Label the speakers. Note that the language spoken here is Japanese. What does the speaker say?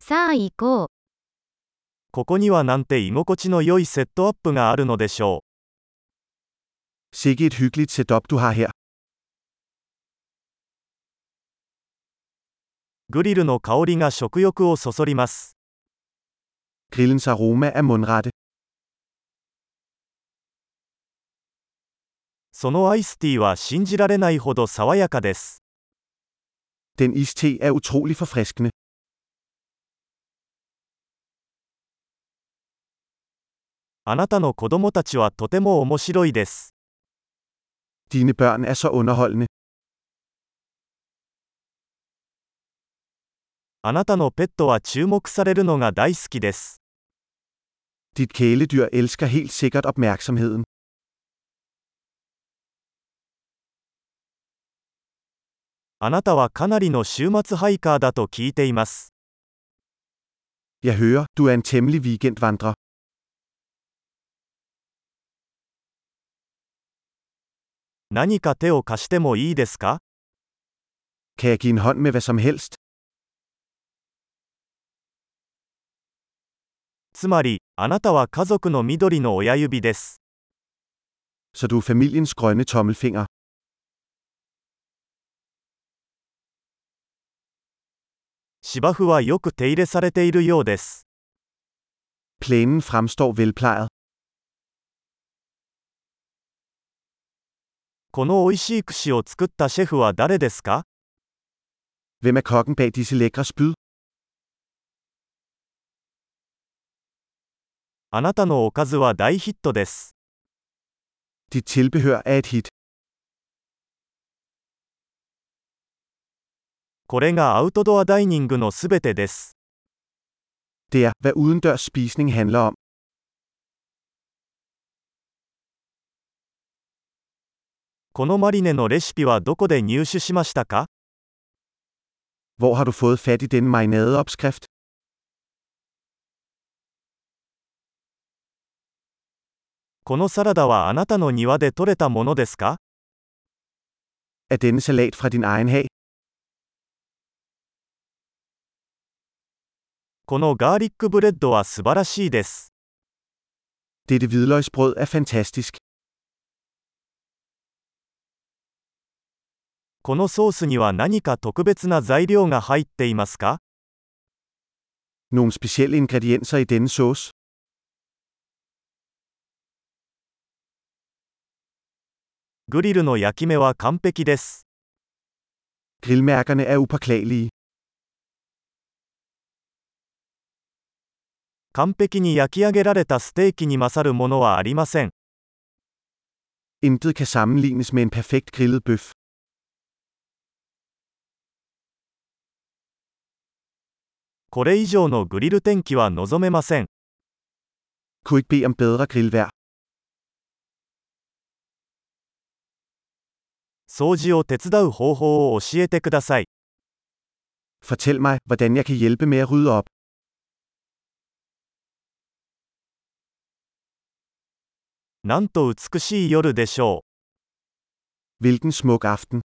Speaker 1: さあ行こう。
Speaker 2: ここにはなんて居心地の良いセットアップがあるのでしょ
Speaker 3: Sikke et hyggeligt setup du har her.
Speaker 2: うグリルの香りが食欲をそそります
Speaker 3: Grillens aroma er mundrette.
Speaker 2: そのアイスティーは信じられないほど爽やかです
Speaker 3: Den iste er utrolig forfriskende.
Speaker 2: あなたの子供たちはとても面白いです
Speaker 3: Dine børn er så underholdende.
Speaker 2: あなたのペットは注目されるのが大好きです
Speaker 3: Dit kæledyr elsker helt sikkert opmærksomheden.
Speaker 2: あなたはかなりの週末ハイカーだと聞いています
Speaker 3: Jeg hører, du er en temmelig weekendvandrer.
Speaker 2: 何か手を貸してもいいですか
Speaker 3: Kan jeg give en hånd med hvad som helst?
Speaker 2: つまりあなたは家族の緑の親指です
Speaker 3: Så du er familiens grønne tommelfinger.
Speaker 2: 芝生はよく手入れされているようです
Speaker 3: Plænen fremstår velplejet.
Speaker 2: この美味しい串を作ったシェフは誰ですか
Speaker 3: Hvem er kokken bag disse lækre spyd?
Speaker 2: あなたのおかずは大ヒットです。
Speaker 3: Dit tilbehør er et hit.
Speaker 2: これがアウトドアダイニングのすべてです。
Speaker 3: Det er, hvad udendørs spisning handler om.
Speaker 2: このマリネのレシピはどこで入手しましたか
Speaker 3: Hvor har du fået fat i denne marinadeopskrift?
Speaker 2: このサラダはあなたの庭で採れたものですか
Speaker 3: Er denne salat fra din egen hag?
Speaker 2: このガーリックブレッドは素晴らしいです。
Speaker 3: Dette hvidløgsbrød er fantastisk.
Speaker 2: このソースには何か特別な材料が入っていますか
Speaker 3: Nogle specielle ingredienser i denne sauce?
Speaker 2: グリルの焼き目は完璧です。
Speaker 3: Grillmærkerne er upåklagelige.
Speaker 2: 完璧に焼き上げられたステーキに勝るものはありません。
Speaker 3: Intet kan sammenlignes med en perfekt grillet bøf.
Speaker 2: これ以上のグリル天気は望めません。
Speaker 3: Kunne ikke bede om bedre grillvejr.
Speaker 2: 掃除を手伝う方法を教えてください。
Speaker 3: Fortæl mig, hvordan jeg kan hjælpe med at rydde op.
Speaker 2: なんと美しい夜でしょう。
Speaker 3: Hvilken smuk aften.